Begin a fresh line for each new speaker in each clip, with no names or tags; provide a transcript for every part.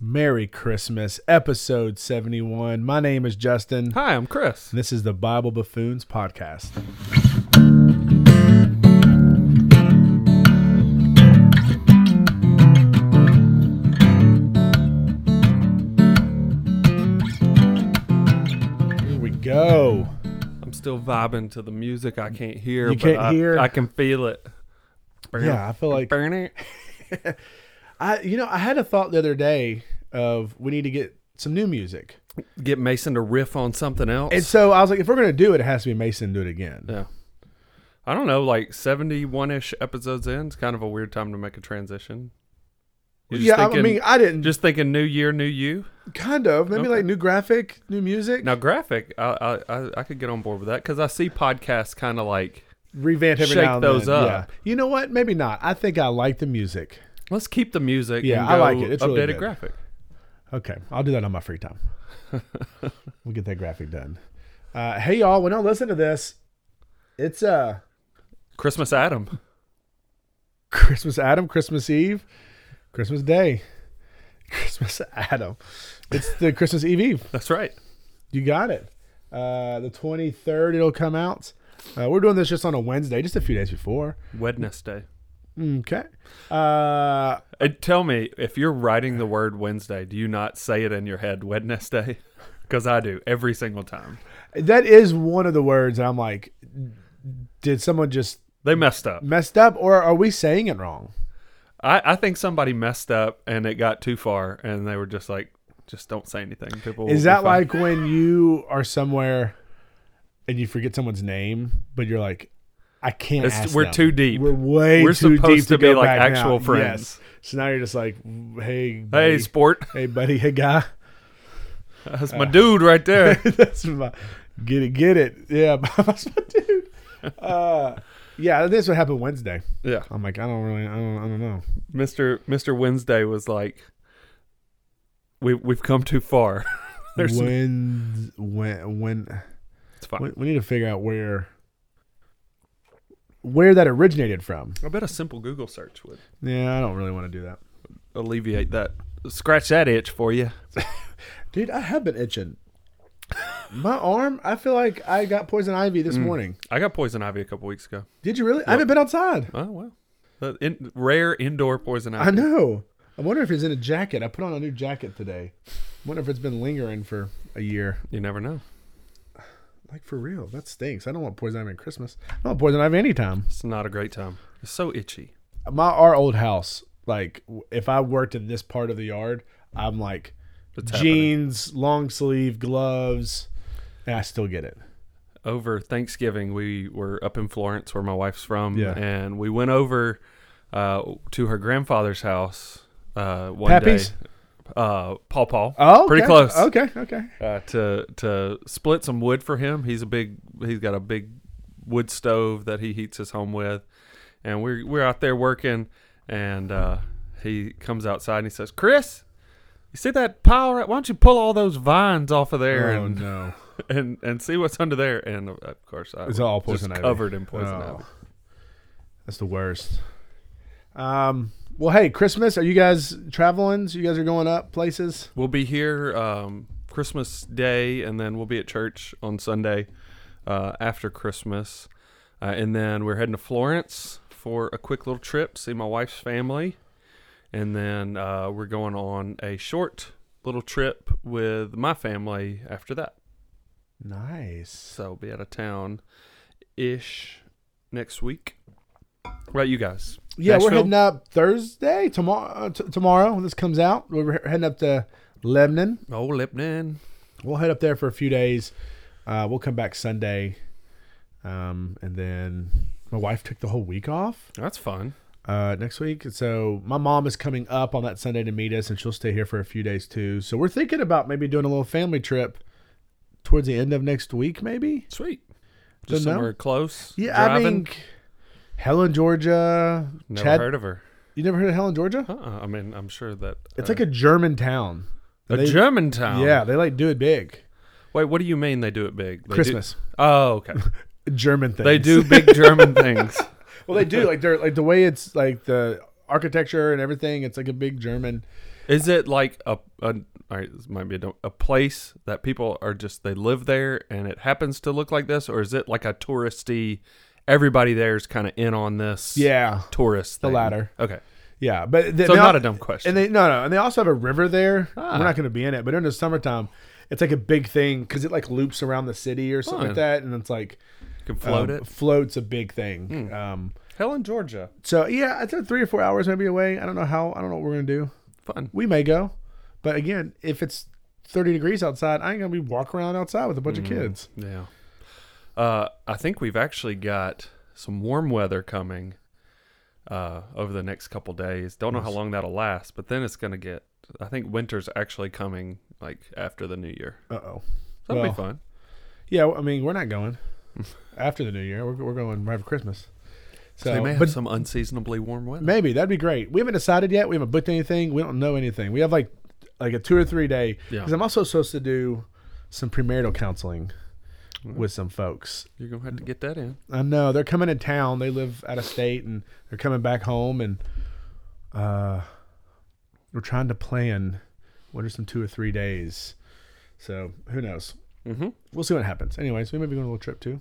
Merry Christmas, episode 71. My name is Justin. and
Hi, I'm Chris.
This is the Bible Buffoons podcast. Here we go.
I'm still vibing to the music. I can't hear.
You can't
I,
hear?
I can feel it.
Yeah, I feel like
Burn it.
I you know, I had a thought the other day of we need to get some new music.
Get Mason to riff on something else.
And so I was like, if we're gonna do it, it has to be Mason do it again.
yeah. I don't know. Like 71 ish episodes in. It's kind of a weird time to make a transition. You're just
yeah, I-
thinking,
I mean, I didn't
just thinking new year, new you.
Kind of. Maybe
Okay.
like new graphic, new music.
Now, graphic, I I, I, I could get on board with that because I see podcasts kind of like
Revamp every
Shake
now and
those
then.
up.
Yeah. You know what? Maybe not. I think I like the music.
let's keep the music.
Yeah,
and
I
go
like it. It's really
updated
good.
graphic.
Okay. I'll do that on my free time. we'll get that graphic done. Uh, hey y'all, when I listen to this, it's uh
Christmas Adam.
Christmas Adam, Christmas Eve, Christmas Day. Christmas Adam. It's the Christmas Eve Eve.
That's right.
You got it. Uh, the 23rd it'll come out. Uh, we're doing this just on a Wednesday, just a few days before.
Wednesday.
Okay. Uh
And tell me, if you're writing the word Wednesday, do you not say it in your head Wednesday? Because I do every single time.
That is one of the words I'm like, did someone just
They messed up.
messed up or are we saying it wrong?
I, I think somebody messed up and it got too far, and they were just like, just don't say anything. People will
Is
be
that
fine.
like when you are somewhere and you forget someone's name, but you're like, I can't.
It's-
ask
we're
them.
too deep.
We're way
We're
too deep
supposed to be
go
like
back
actual
now. Yes.
friends.
So now you're just like, hey,
hey,
buddy, hey,
sport,
buddy, hey, guy.
that's
Uh.
my dude right there.
That's my get it, get it. Yeah, that's my dude. Uh, yeah, this is what happened Wednesday.
yeah,
I'm like, I don't really, I don't, I don't know.
Mister Mister Wednesday was like, we we've come too far. There's
when, when, when.
it's fine.
We, we need to figure out where where that originated from.
I bet a simple Google search would
Yeah, I don't really want to do that.
alleviate that, scratch that itch for you.
Dude, I have been itching. My arm, I feel like I got poison ivy this morning.
I got poison ivy a couple weeks ago.
Did you really? I haven't been outside.
Oh well, The in, rare indoor poison ivy.
I know. I wonder if it's in a jacket. I put on a new jacket today. wonder if it's been lingering for a year.
You never know.
Like for real. That stinks. I don't want poison ivy at Christmas. I don't want poison ivy anytime.
It's not a great time. It's so itchy.
My our old house, like w- if I worked in this part of the yard, I'm like
It's happening.
jeans, long sleeve, gloves. And I still get it.
Over Thanksgiving, we were up in Florence, where my wife's from,
Yeah.
and we went over uh, to her grandfather's house uh, one
Pappy's?
day. Uh, Paw Paw.
Oh,
pretty close.
Okay, okay.
uh, to to split some wood for him. He's a big. He's got a big wood stove that he heats his home with, and we're we're out there working, and uh, he comes outside and he says, "Chris, you see that pile? Right? Why don't you pull all those vines off of there
oh
and,
no,
and and see what's under there?" And uh, of course, I
it's
was
all
just
poison ivy.
covered in poison
Oh.
ivy.
That's the worst. Um. Well, hey, Christmas. Are you guys traveling? So you guys are going up places?
We'll be here um, Christmas Day, and then we'll be at church on Sunday uh, after Christmas, uh, and then we're heading to Florence for a quick little trip, see my wife's family, and then uh, we're going on a short little trip with my family after that.
Nice.
So be out of town ish next week. What about you guys?
Yeah, we're
Nashville?
heading up Thursday tomorrow. uh, T- tomorrow when this comes out, we're he- heading up to Lebanon.
Oh, Lipton.
We'll head up there for a few days. Uh, we'll come back Sunday, um, and then my wife took the whole week off.
That's fun.
uh, next week. So my mom is coming up on that Sunday to meet us, and she'll stay here for a few days too. So we're thinking about maybe doing a little family trip towards the end of next week, maybe.
Sweet. Just
Don't know.
somewhere close.
Yeah, I
driving.
mean, Helen, Georgia.
Never
Chad,
heard of her.
you never heard of Helen, Georgia?
Uh-uh. I mean, I'm sure that
It's
uh,
like a German town.
a
they-
German town.
Yeah, they like do it big.
Wait, what do you mean they do it big? They do-
Christmas,
oh, okay.
German things.
they do big German things.
Well, they do like they're like the way it's like the architecture and everything. It's like a big German.
Is it like a, a all right, this might be a, dumb- a place that people are just they live there and it happens to look like this, or is it like a touristy? Everybody there's kind of in on this.
Yeah,
tourist.
The
thing?
latter.
Okay,
yeah. But they,
so
they
not
al-
a dumb question.
And they no no, and they also have a river there.
Ah.
We're not going to be in it, but during the summertime, it's like a big thing because it like loops around the city or something
Fun.
like that, and it's like
You can float
um,
it. Hmm.
Floats a big thing. Um,
Helen, Georgia.
so yeah, I think three or four hours maybe away. I don't know how. I don't know what we're gonna do.
Fun.
We may go, but again, if it's thirty degrees outside, I ain't gonna be walking around outside with a bunch of
Hmm.
kids.
Yeah. Uh, I think we've actually got some warm weather coming uh, over the next couple days. Don't know how long that'll last, but then it's going to get. I think winter's actually coming like after the new year.
Uh oh.
So that'll
Well.
be fun.
Yeah, I mean, we're not going after the new year. We're, we're going right for Christmas.
So,
So,
they may have
but
some unseasonably warm weather.
maybe that'd be great. We haven't decided yet. We haven't booked anything. We don't know anything. We have like like a two or three day
Yeah.
because I'm also supposed to do some premarital counseling with some folks.
You're going to have to get that in.
I know they're coming in town. They live out of state and they're coming back home and uh, we're trying to plan what are some two or three days. So who knows?
Mm-hmm.
We'll see what happens. Anyways, we may be going on a little trip too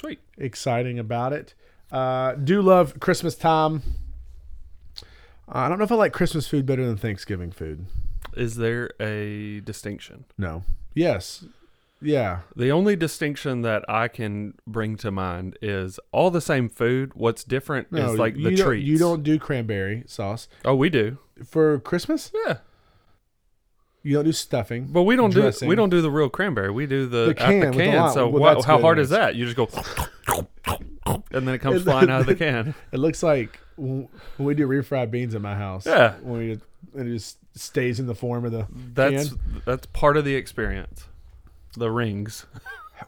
Sweet.
exciting about it. Uh, do love Christmas time. Uh, I don't know if I like Christmas food better than Thanksgiving food.
Is there a distinction?
No. Yes. Yeah.
The only distinction that I can bring to mind is all the same food. What's different
No.
is like
you
the
don't-
treats.
You don't do cranberry sauce
Oh, we do.
for Christmas.
Yeah.
You don't do stuffing.
But we don't do
dressing.
we don't do the real cranberry. We do the
The can
out
with
the
the
can.
lot-
so
with
wha-
lots
how
of
hard
goodness.
is that? You just go, and then it comes
And
flying out of the
then-
can.
It looks like when when we do refried beans at my house.
Yeah.
When we it just stays in the form of the.
That's that's part of the experience. The rings.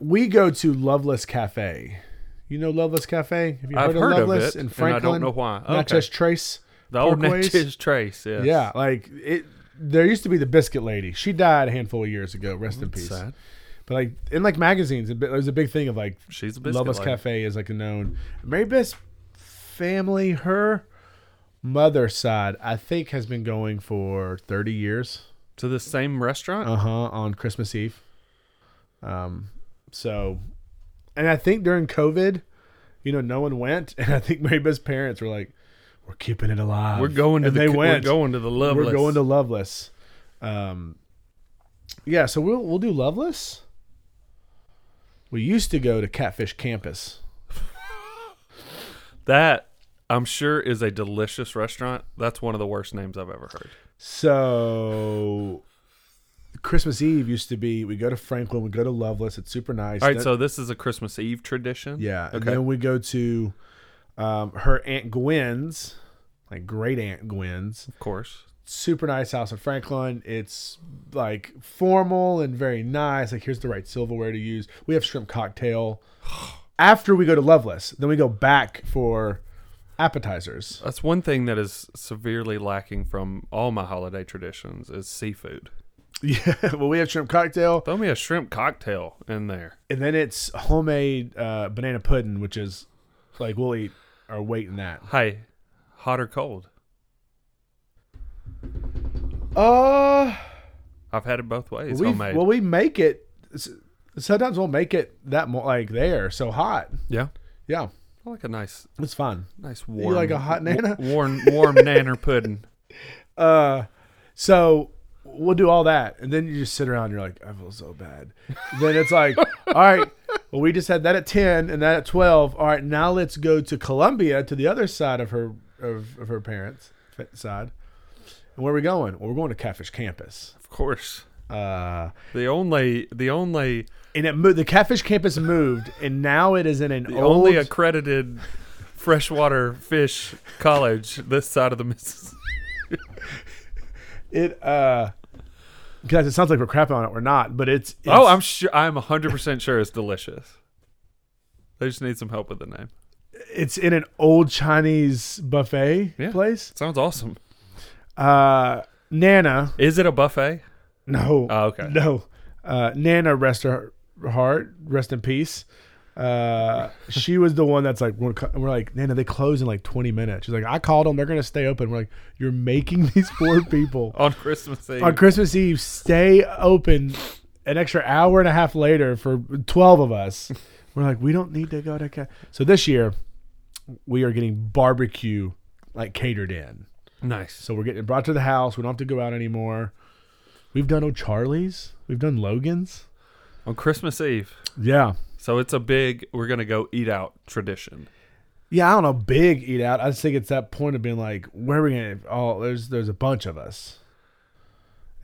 We go to Loveless Cafe. You know Loveless Cafe? Have you
I've heard of
Loveless
it, and I don't know why.
Not
Okay.
just Trace.
The old
Porkways?
Natchez Trace. Yes.
Yeah, like it. There used to be the biscuit lady. She died a handful of years ago. Rest in peace.
Sad.
But like in like magazines, it, there's a big thing of like
She's a biscuit.
Loveless
lady.
Cafe is like a known. Mary Beth's family, her mother's side, I think has been going for 30 years.
To the same restaurant.
Uh huh. On Christmas Eve. Um. So, and I think during COVID, you know, no one went, and I think Mary Beth's parents were like, "We're keeping it alive.
we're going to
And
the.
they
c-
went.
We're going to the Loveless.
We're going to Loveless. Um, yeah, so we'll we'll do Loveless. We used to go to Catfish Campus.
that. I'm sure is a delicious restaurant. That's one of the worst names I've ever heard.
So Christmas Eve used to be we go to Franklin, we go to Loveless. It's super nice.
All right,
Then-
so this is a Christmas Eve tradition.
yeah, and
Okay.
then we go to um, her aunt Gwen's, like great aunt Gwen's.
Of course.
super nice house in Franklin. It's like formal and very nice. Like here's the right silverware to use. We have shrimp cocktail. After we go to Loveless, then we go back for appetizers.
That's one thing that is severely lacking from all my holiday traditions is seafood.
Yeah, well, we have shrimp cocktail,
Throw me a shrimp cocktail in there.
and then it's homemade uh, banana pudding, which is like we'll eat our weight in that.
Hey, hot or cold?
Uh,
I've had it both ways.
we
homemade.
well we make it. s- Sometimes we'll make it that more like there, so hot.
yeah.
Yeah,
I like a nice,
it's fun.
nice
You
warm.
like a hot
wa-
nana?
warm, warm nanner pudding.
Uh, so we'll do all that, and then you just sit around. And you're like, I feel so bad. then it's like, all right, well, we just had that at ten and that at twelve. All right, now let's go to Columbia to the other side of her of, of her parents' fa- side. And where are we going? Well, we're going to Catfish Campus.
Of course.
Uh,
The only, the only,
and it moved. The Catfish Campus moved, and now it is in an
the
old.
only accredited freshwater fish college this side of the Mississippi.
it uh, guys, it sounds like we're crapping on it. We're not, but it's. it's
Oh, I'm sure. I'm 100 percent sure it's delicious. They just need some help with the name.
it's in an old Chinese buffet
Yeah.
place.
Sounds awesome.
Uh, Nana.
Is it a buffet?
No.
Oh, okay.
No. Uh, Nana, rest her heart, rest in peace. Uh, she was the one that's like, we're, co- we're like, Nana, they close in like 20 minutes. She's like, I called them. They're going to stay open. We're like, you're making these poor people
on Christmas Eve.
on Christmas Eve stay open an extra hour and a half later for 12 of us. We're like, we don't need to go to. Ca-. So this year, we are getting barbecue like catered in.
nice.
So we're getting it brought to the house. We don't have to go out anymore. We've done O'Charlie's. We've done Logan's.
On Christmas Eve.
Yeah.
So it's a big, we're going to go eat out tradition.
Yeah, I don't know. Big eat out. I just think it's that point of being like, where are we gonna? Oh, there's there's a bunch of us,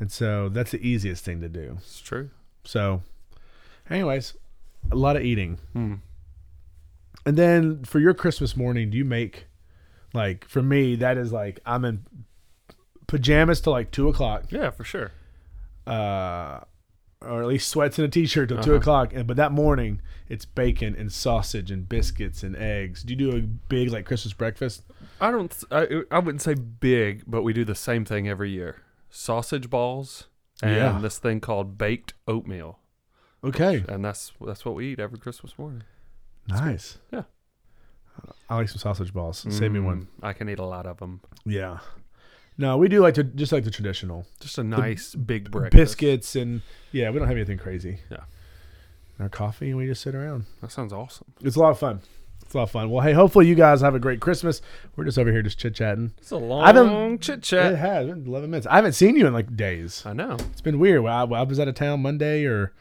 and so that's the easiest thing to do.
It's true.
So, anyways, a lot of eating.
Hmm.
And then for your Christmas morning, do you make like for me that is like I'm in pajamas till like two o'clock,
Yeah, for sure.
uh, or at least sweats and a t-shirt till two
Uh-huh.
o'clock. And but that morning it's bacon and sausage and biscuits and eggs. Do you do a big like Christmas breakfast?
I don't. I, I wouldn't say big, but we do the same thing every year: sausage balls and
Yeah.
this thing called baked oatmeal,
Okay,
and that's that's what we eat every Christmas morning.
nice.
Yeah.
I like some sausage balls. Save me one.
Mm, I can eat a lot of them.
Yeah. No, we do like to just like the traditional.
Just a nice big breakfast.
biscuits and yeah, we don't have anything crazy.
Yeah.
Our coffee and we just sit around.
That sounds awesome.
It's a lot of fun. It's a lot of fun. Well, hey, hopefully you guys have a great Christmas. We're just over here just chit chatting.
It's a
been-
long chit
It
chat.
has been eleven minutes. I haven't seen you in like days.
I know.
It's been weird. Well, I, well, I was out of town Monday or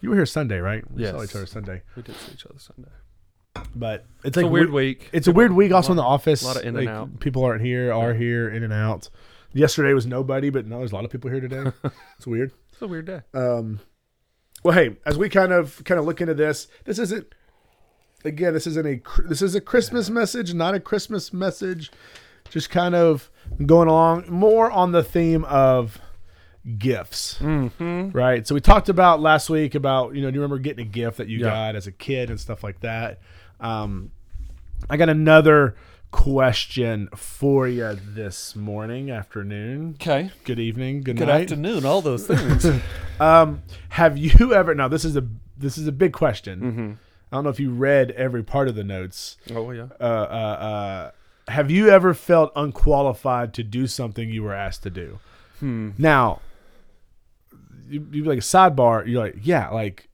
you were here Sunday, right? We saw
Yes.
each other Sunday.
We did see each other Sunday.
But it's
It's
like
a weird
we-
week.
It's a weird week. Also in the office,
lot of in and
like,
out.
People aren't here, are here, in and out. Yesterday was nobody, but now there's a lot of people here today. it's weird.
It's a weird day.
um well hey as we kind of kind of look into this this isn't again this isn't a cr- this is a christmas message not a christmas message just kind of going along more on the theme of gifts
Mm-hmm.
right so we talked about last week about you know do you remember getting a gift that you
Yeah.
got as a kid and stuff like that um i got another question for you this morning afternoon
Okay.
good evening good,
Good
night
afternoon. All those things.
um, have you ever? Now this is a this is a big question.
Mm-hmm.
I don't know if you read every part of the notes.
oh yeah.
Uh, uh, uh, have you ever felt unqualified to do something you were asked to do? Now, you, you like a sidebar. You're like, yeah, like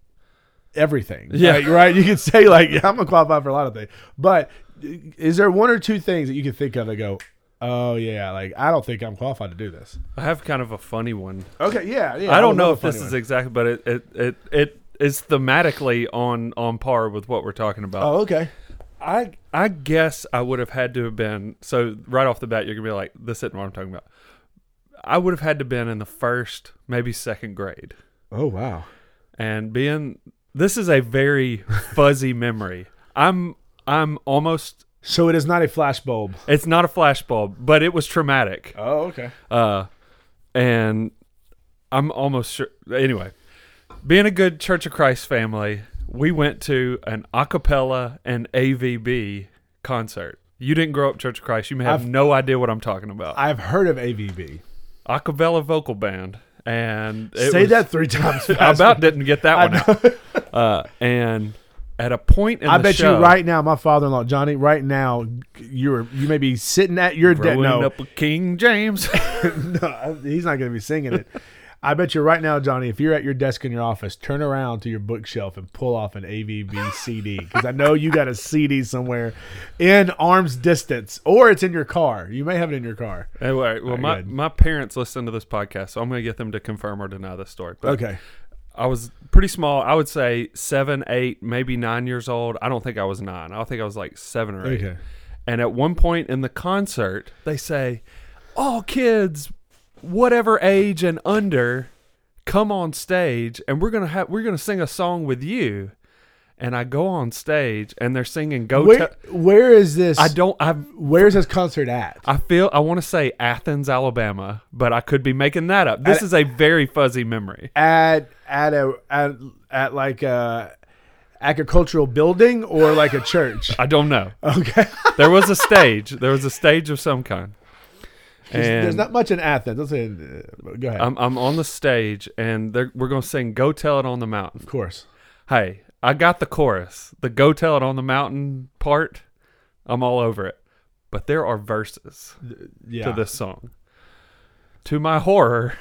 everything.
Yeah.
right. right? You could say like, yeah, I'm unqualified for a lot of things. But is there one or two things that you can think of that go? Oh yeah, like I don't think I'm qualified to do this.
I have kind of a funny one.
Okay, yeah, yeah.
I don't
would
know
love
if
a
this
funny
is
one.
exactly, but it it, it it is thematically on on par with what we're talking about.
Oh, okay.
I I guess I would have had to have been so right off the bat. You're gonna be like, this isn't what I'm talking about. I would have had to been in the first, maybe second grade,
Oh wow.
and being this is a very fuzzy memory. I'm I'm almost.
So it is not a flashbulb.
It's not a flashbulb, but it was traumatic.
Oh, okay.
Uh, and I'm almost sure. Anyway, being a good Church of Christ family, we went to an a cappella and AVB concert. You didn't grow up Church of Christ. You may have
I've-
no idea what I'm talking about.
I've heard of AVB.
A cappella vocal band. And it
Say
was-
that three times.
I
fast.
about didn't get that
I
one out. Uh, and at a point in
I
the
bet
show-
you right now, my father-in-law Johnny, right now, you're you may be sitting at your desk.
growing
No,
up with King James.
no, he's not going to be singing it. I bet you right now, Johnny, if you're at your desk in your office, turn around to your bookshelf and pull off an AVB CD because I know you got a CD somewhere in arm's distance, or it's in your car. You may have it in your car.
anyway, well,
go
my,
ahead.
my parents listen to this podcast, so I'm going to get them to confirm or deny this story. But
Okay.
I was pretty small. I would say seven, eight, maybe nine years old. I don't think I was nine. I think I was like seven or eight.
Okay.
And at one point in the concert, they say, All kids, whatever age and under, come on stage and we're gonna have we're gonna sing a song with you. And I go on stage and they're singing Go
Where
Te-
where is this?
I don't I
Where is this concert at?
I feel I wanna say Athens, Alabama, but I could be making that up. This is a very fuzzy memory.
at at a at, at like a agricultural building or like a church.
I don't know.
Okay,
there was a stage. There was a stage of some kind. And
there's not much in Athens. Let's say, uh, go ahead.
I'm, I'm on the stage, and they're, we're going to sing Go Tell It on the Mountain.
of course,
Hey, I got the chorus, the go tell it on the mountain part. I'm all over it. But there are verses
Yeah.
to this song. To my horror,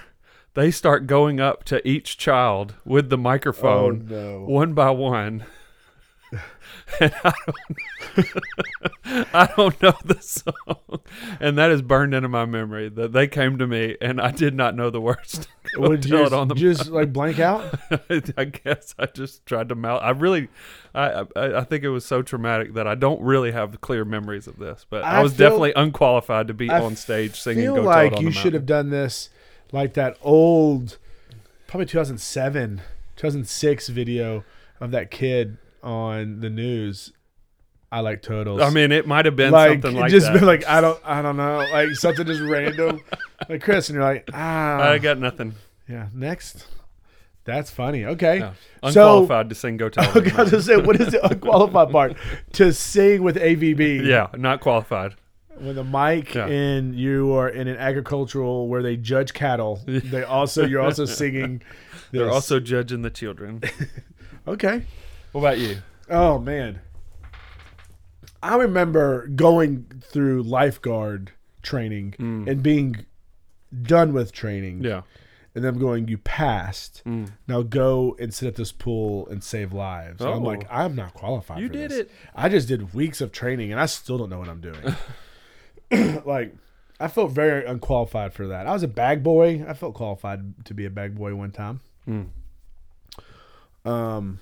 they start going up to each child with the
oh
microphone
no.
one by one. and I don't, I don't know the song. And that is burned into my memory that they came to me and I did not know the words. to go
Would you
tell
just,
it on the
you just like blank out?
I guess I just tried to mouth. I really, I, I I think it was so traumatic that I don't really have clear memories of this. But I,
I
was
feel-
definitely unqualified to be
I
on stage singing.
feel
Go
like
Tell It on
you
the
should
Mountain.
have done this like that old, probably 2007, 2006 video of that kid on the news. I like turtles.
I mean, it might have been
like
something like
just
that.
been like I don't I don't know like something just random like Chris and you're like ah
I got nothing.
yeah next that's funny okay
No.
So-
Unqualified to sing Go Tell It on
okay
the
I was
Mountain.
gonna say what is the unqualified part to sing with AVB
Yeah, not qualified.
with a mic
Yeah.
and you are in an agricultural where they judge cattle they also you're also singing
They're
this.
also judging the children.
okay
what about you?
oh man I remember going through lifeguard training and being done with training
Mm. Yeah.
and them going, "You passed.
Mm.
Now go and sit at this pool and save lives." And I'm like,
Oh.
I'm not qualified.
You
for
did
this.
it.
I just did weeks of training, and I still don't know what I'm doing. like, I felt very unqualified for that. I was a bag boy. I felt qualified to be a bag boy one time.
Mm.
Um,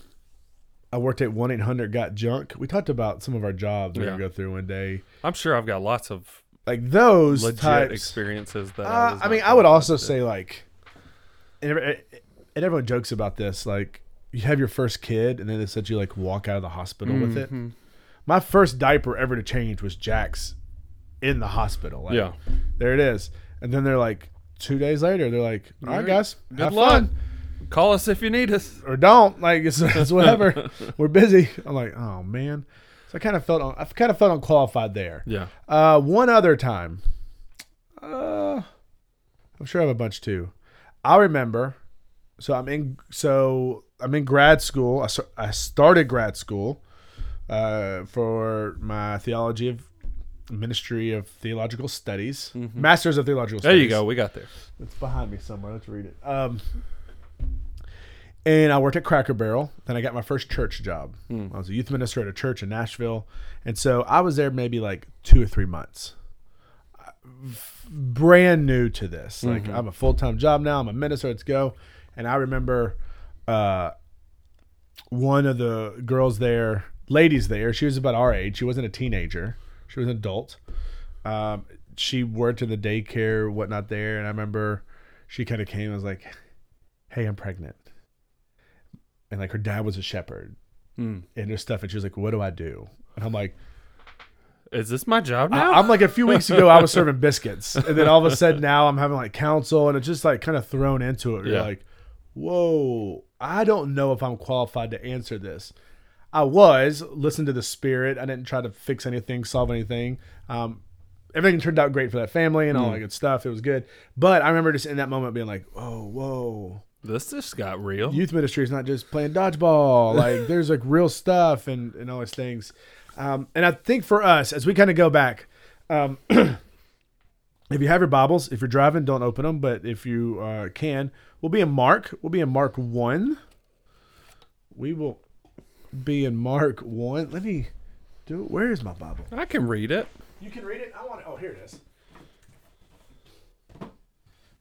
I worked at one eight hundred got junk. We talked about some of our jobs we are
Yeah.
gonna go through one day.
I'm sure I've got lots of
Like those
legit
types.
experiences that. I,
Uh,
was
I
not
mean, I would
qualified
also
to.
say like, and, every- and everyone jokes about this. Like, you have your first kid, and then they said you like walk out of the hospital with it.
Mm-hmm.
My first diaper ever to change was Jack's in the hospital. Like,
Yeah.
there it is. And then they're like, two days later, they're like, all right,
Alright,
guys,
good
have
luck."
fun
Call us if you need us.
or don't. Like, it's, it's whatever. We're busy. I'm like, oh man. So I kind of felt un- I kind of felt unqualified there.
Yeah.
Uh, one other time. Uh, I'm sure I have a bunch too. I remember. So I'm in. So I'm in grad school. I, s- I started grad school uh, for my theology of ministry of theological studies, masters of theological.
Mm-hmm. There
studies.
you go. We got there.
It's behind me somewhere. Let's read it. Um, and I worked at Cracker Barrel. Then I got my first church job. I was a youth minister at a church in Nashville, and so I was there maybe like two or three months. Uh, Brand new to this. Like I'm a full time job now. I'm a minister. Let's go. And I remember uh, one of the girls there, ladies there. She was about our age. She wasn't a teenager. She was an adult um, she worked in the daycare, whatnot there, and I remember she kind of came and was like, "Hey, I'm pregnant," and like her dad was a shepherd
Mm.
and there's stuff, and she was like, "What do I do?" And I'm like,
Is this my job now?
I, am like a few weeks ago I was serving biscuits, and then all of a sudden now I'm having like counsel, and it's just like kind of thrown into it. You're
Yeah.
like, "Whoa, I don't know if I'm qualified to answer this." I was listened to the spirit. I didn't try to fix anything, solve anything. Um, everything turned out great for that family and
Hmm.
all that good stuff. It was good, but I remember just in that moment being like, "Oh, whoa."
This just got real.
youth ministry is not just playing dodgeball. Like there's like real stuff and and all these things. Um, and I think for us, as we kind of go back, um, if you have your Bibles, if you're driving, don't open them. But if you uh, can, we'll be in Mark. We'll be in Mark one. We will be in Mark one. Let me do. Where is my Bible?
I can read it.
You can read it. I want it. Oh, here it is.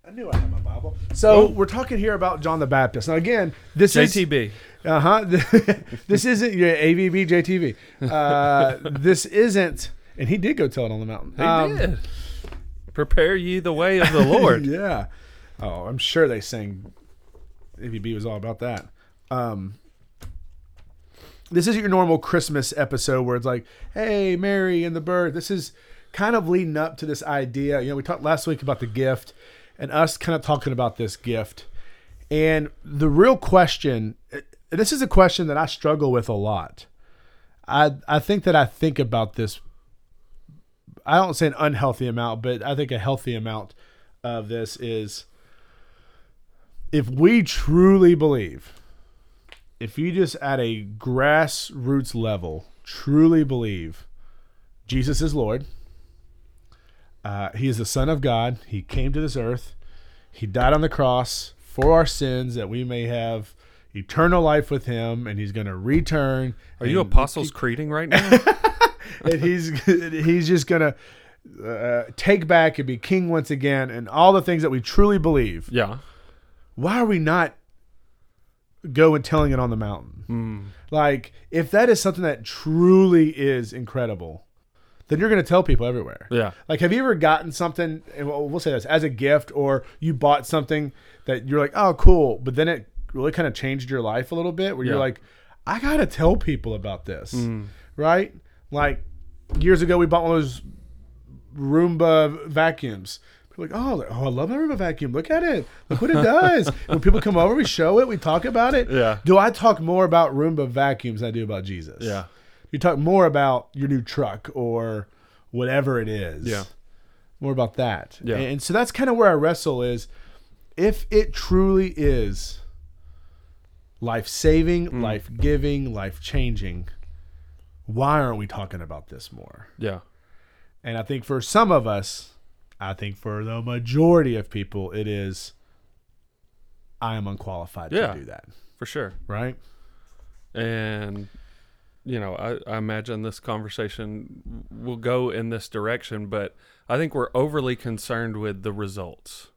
I knew I had my Bible. So we're talking here about John the Baptist. Now again, this is
JTB.
uh huh. this isn't your AVB JTV. Uh, this isn't, and he did go tell it on the mountain. Um,
He did. Prepare ye the way of the Lord.
Yeah. Oh, I'm sure they sang. AVB was all about that. Um, this isn't your normal Christmas episode where it's like, "Hey, Mary and the bird." This is kind of leading up to this idea. You know, we talked last week about the gift, and us kind of talking about this gift. And the real question, this is a question that I struggle with a lot. I I think that I think about this. I don't say an unhealthy amount, but I think a healthy amount of this is if we truly believe if you just at a grassroots level truly believe Jesus is Lord, uh, He is the Son of God. He came to this earth. He died on the cross for our sins that we may have eternal life with Him, and He's going to return.
Are you apostles creeding right now?
and he's he's just gonna uh, take back and be king once again, and all the things that we truly believe.
yeah.
Why are we not go and telling it on the mountain? Like, if that is something that truly is incredible, then you're gonna tell people everywhere.
Yeah.
Like, have you ever gotten something? And we'll we'll say this as a gift, or you bought something that you're like, oh, cool, but then it really kind of changed your life a little bit, where you're
Yeah. Mm.
like, I gotta tell people about this, right? Like years ago, we bought one of those Roomba vacuums. People are like, oh, oh, I love my Roomba vacuum. Look at it. Look what it does. when people come over, we show it. We talk about it.
Yeah.
Do I talk more about Roomba vacuums than I do about Jesus?
Yeah.
You talk more about your new truck or whatever it is.
Yeah.
More about that.
Yeah.
And, so that's kind of where I wrestle is if it truly is life saving,
Mm.
life giving, life changing, why aren't we talking about this more?
Yeah.
And I think for some of us, I think for the majority of people, it is I am unqualified
Yeah.
to do that.
For sure.
Right?
and you know I, I imagine this conversation will go in this direction but i think we're overly concerned with the results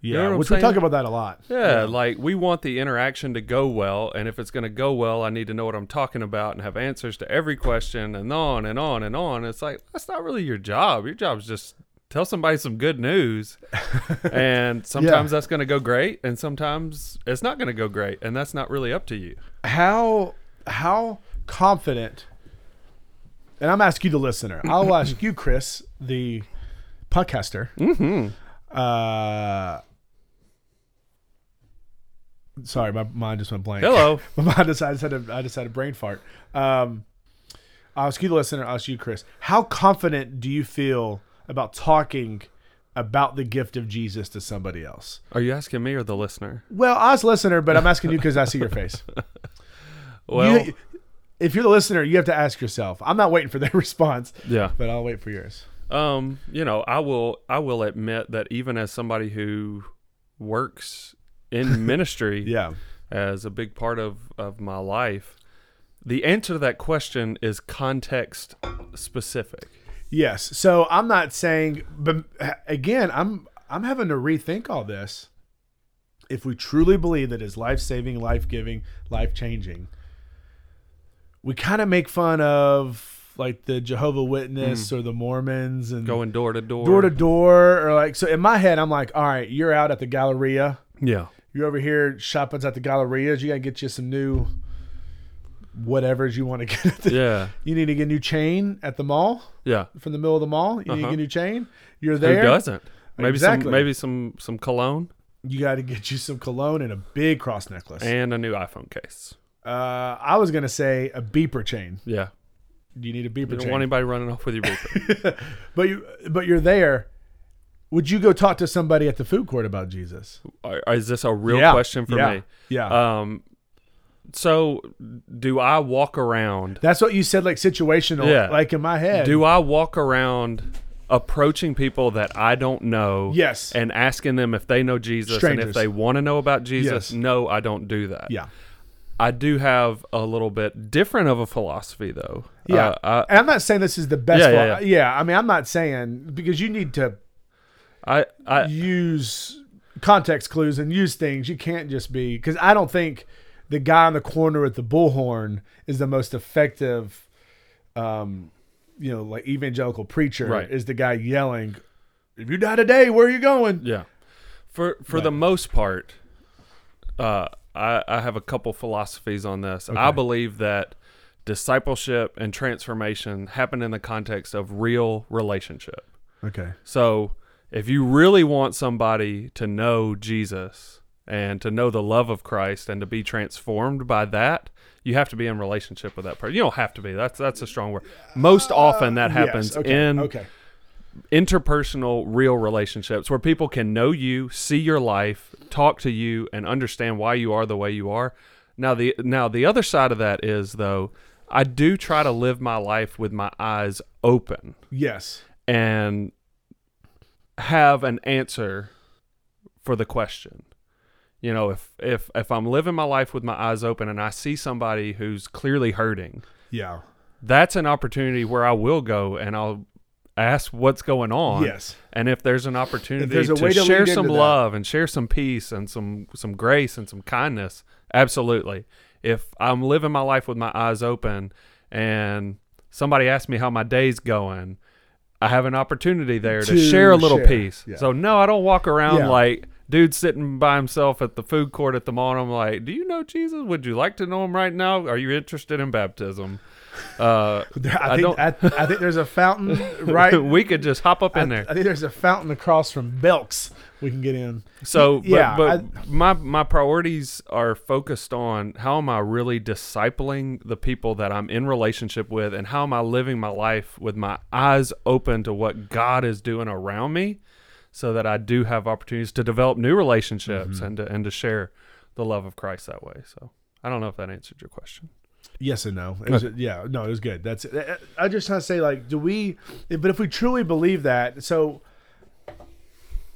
Yeah.
know what I'm
which we
saying?
talk about that a lot.
yeah, like we want the interaction to go well and if it's going to go well i need to know what i'm talking about and have answers to every question and on and on and on it's like that's not really your job your job's just tell somebody some good news and sometimes that's going to go great and sometimes it's not going to go great and that's not really up to you
how how confident and i'm asking you the listener i'll ask you chris the podcaster Mm-hmm. uh sorry my mind just went blank
Hello.
my mind just, I, just had a, I just had a brain fart um i'll ask you the listener i'll ask you chris how confident do you feel about talking about the gift of jesus to somebody else
are you asking me or the listener
well i was listener but i'm asking you because i see your face
well
you- if you're the listener, you have to ask yourself. I'm not waiting for their response,
yeah
but I'll wait for yours.
Um, you know, I will I will admit that even as somebody who works in ministry
Yeah.
as a big part of of my life, the answer to that question is context specific.
Yes. So I'm not saying, but again, I'm I'm having to rethink all this. If we truly believe that it's life saving, life giving, life changing, we kind of make fun of like the Jehovah Witness or the Mormons and
Mm. Going door to door.
door to door or like. So in my head, I'm like, all right, you're out at the Galleria.
Yeah.
you're over here shopping at the gallerias you gotta get you some new whatever's you want to get at the-
Yeah.
you need to get a new chain at the mall
Yeah.
from the middle of the mall you need to
Uh-huh.
get a new chain you're there
Who doesn't? Maybe
Exactly.
some maybe some some cologne
you gotta get you some cologne and a big cross necklace
and a new iPhone case.
uh, i was gonna say a beeper chain
Yeah.
you need a beeper
You don't
chain
want anybody running off with your beeper.
but you but you're there would you go talk to somebody at the food court about jesus
Are- is this a real
Yeah.
question for
yeah.
me?
yeah
Um so do I walk around
that's what you said like situational
Yeah.
like in my head
Do I walk around approaching people that I don't know?
yes
And asking them if they know Jesus and
Strangers.
if they want to know about
Yes.
Jesus? No, I don't do that.
yeah
I do have a little bit different of a philosophy, though.
Yeah.
Uh,
and I'm not saying this is the best.
Yeah,
Yeah,
yeah,
yeah, I mean, I'm not saying because you need to
I, I, I,
use context clues and use things. You can't just be because I don't think the guy in the corner with the bullhorn is the most effective. Um, you know, like evangelical preacher
Right.
is the guy yelling, "If you die today, where are you going?"
yeah. For for the most part, uh, I, I have a couple philosophies on this. I believe that discipleship and transformation happen in the context of real relationship.
Okay.
So if you really want somebody to know Jesus and to know the love of Christ and to be transformed by that, you have to be in relationship with that person. You don't have to be. That's that's a strong word. Most often that happens
Uh, Yes, okay.
in
okay.
interpersonal real relationships where people can know you, see your life, talk to you and understand why you are the way you are. Now the now the other side of that is though, I do try to live my life with my eyes open
Yes.
and have an answer for the question. You know, if if if I'm living my life with my eyes open and I see somebody who's clearly hurting,
Yeah.
that's an opportunity where I will go and I'll ask what's going on.
Yes.
And if there's an opportunity
there's a
to,
way to
share
lead
some
into that.
love and share some peace and some some grace and some kindness, absolutely. If I'm living my life with my eyes open and somebody asks me how my day's going, I have an opportunity there to,
To
share a little
share,
piece.
yeah.
So no, I don't walk around
Yeah.
like dude sitting by himself at the food court at the mall and I'm like, "Do you know Jesus? Would you like to know him right now? Are you interested in baptism?" Uh
I,
I
think,
don't-
I, I think there's a fountain right
we could just hop up in
I,
there.
I think there's a fountain across from Belk's we can get in.
So, but,
Yeah,
but my my priorities are focused on how am I really discipling the people that I'm in relationship with, and how am I living my life with my eyes open to what God is doing around me, so that I do have opportunities to develop new relationships
Mm-hmm.
and to and to share the love of Christ that way. So, I don't know if that answered your question.
Yes and no. It was, yeah, no, it was good. That's it. I I just want to say, like, do we? But if we truly believe that, so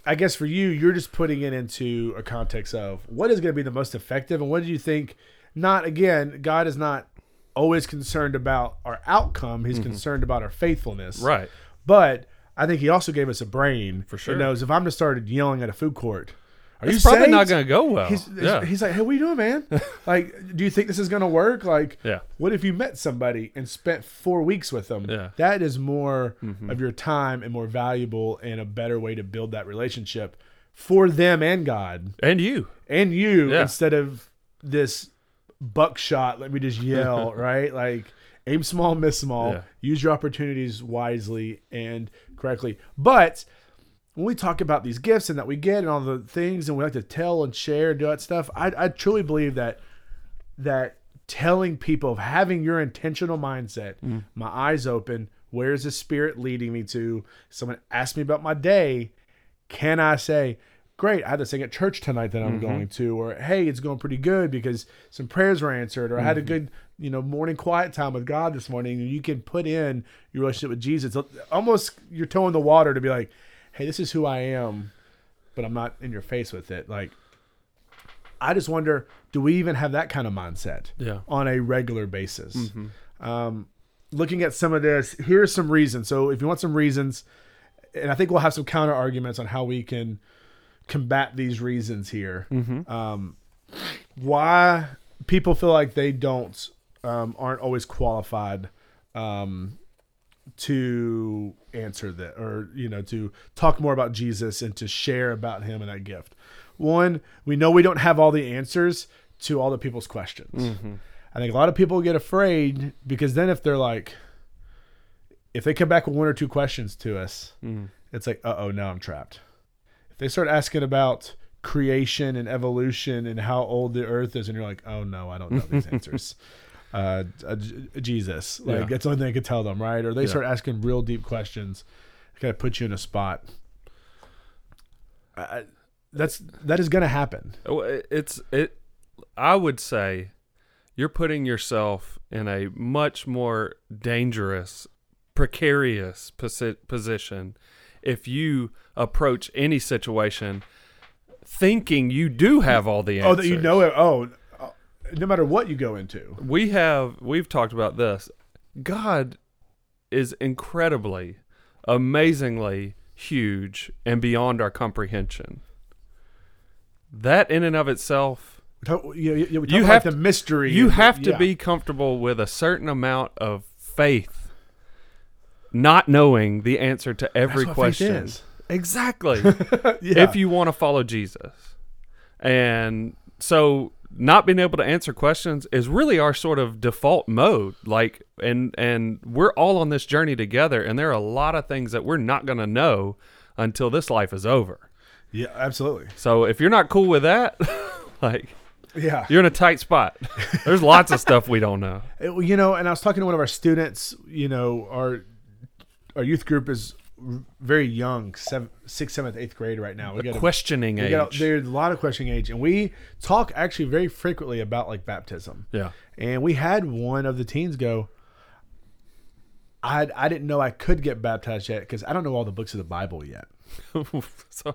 I guess for you, you're just putting it into a context of what is going to be the most effective, and what do you think? Not again, God is not always concerned about our outcome; He's concerned about our faithfulness,
Mm-hmm. Right.
But I think He also gave us a brain for
sure.
That knows if I'm just started yelling at a food court, are
It's
you
probably not
saved?
going to go well.
He's,
yeah.
he's like, hey, what are you doing, man? like, do you think this is gonna work? Like,
Yeah.
what if you met somebody and spent four weeks with them?
Yeah. Mm-hmm.
That is more of your time and more valuable and a better way to build that relationship for them and God
and you.
and you
Yeah.
instead of this buckshot. Let me just yell, right? Like, aim small, miss small.
Yeah.
Use your opportunities wisely and correctly. But when we talk about these gifts and that we get and all the things and we like to tell and share and do that stuff, I, I truly believe that that telling people of having your intentional mindset,
Mm.
my eyes open, where is the spirit leading me to? Someone asked me about my day. Can I say, great, I had this thing at church tonight that I'm going to, or hey, it's going pretty good because some prayers were answered, or I had a good, you know, morning quiet time with God this morning. And you can put in your relationship with Jesus. Almost you're towing the water to be like, hey, this is who I am, but I'm not in your face with it. Like, I just wonder, do we even have that kind of mindset
Yeah.
on a regular basis? Um, looking at some of this, here are some reasons. So if you want some reasons, and I think we'll have some counter arguments on how we can combat these reasons here. Um, why people feel like they don't um, aren't always qualified um, to answer that or you know to talk more about jesus and to share about him and that gift one we know we don't have all the answers to all the people's questions i think a lot of people get afraid because then if they're like if they come back with one or two questions to us it's like uh-oh now i'm trapped if they start asking about creation and evolution and how old the earth is and you're like oh no i don't know these answers uh, uh, J- jesus like
Yeah.
that's the only thing i could tell them right or they start asking real deep questions it kind of puts you in a spot I- I, that's that is gonna happen
Oh, it- It's it. I would say you're putting yourself in a much more dangerous, precarious posi- position if you approach any situation thinking you do have all the
oh
answers.
that you know it oh uh, no matter what you go into
We have we've talked about this. God is incredibly, amazingly huge and beyond our comprehension. That in and of itself
we talk, you, you, you, we talk
You
about
have
the
to-
mystery
You
and-
have to
yeah.
be comfortable with a certain amount of faith, not knowing the answer to every
That's what faith
question.
is.
Exactly.
yeah.
If you want to follow Jesus. And so not being able to answer questions is really our sort of default mode like and and we're all on this journey together and there are a lot of things that we're not going to know until this life is over.
yeah absolutely
So if you're not cool with that, like
yeah
you're in a tight spot. There's lots of stuff we don't know.
It- you know, and I was talking to one of our students. You know, our our youth group is very young, seven, sixth, seventh, eighth grade right now. We
The
got a-
questioning
we
age.
got a- there's a lot of questioning age, and we talk actually very frequently about like baptism.
yeah.
And we had one of the teens go, I I didn't know I could get baptized yet because I don't know all the books of the Bible yet.
so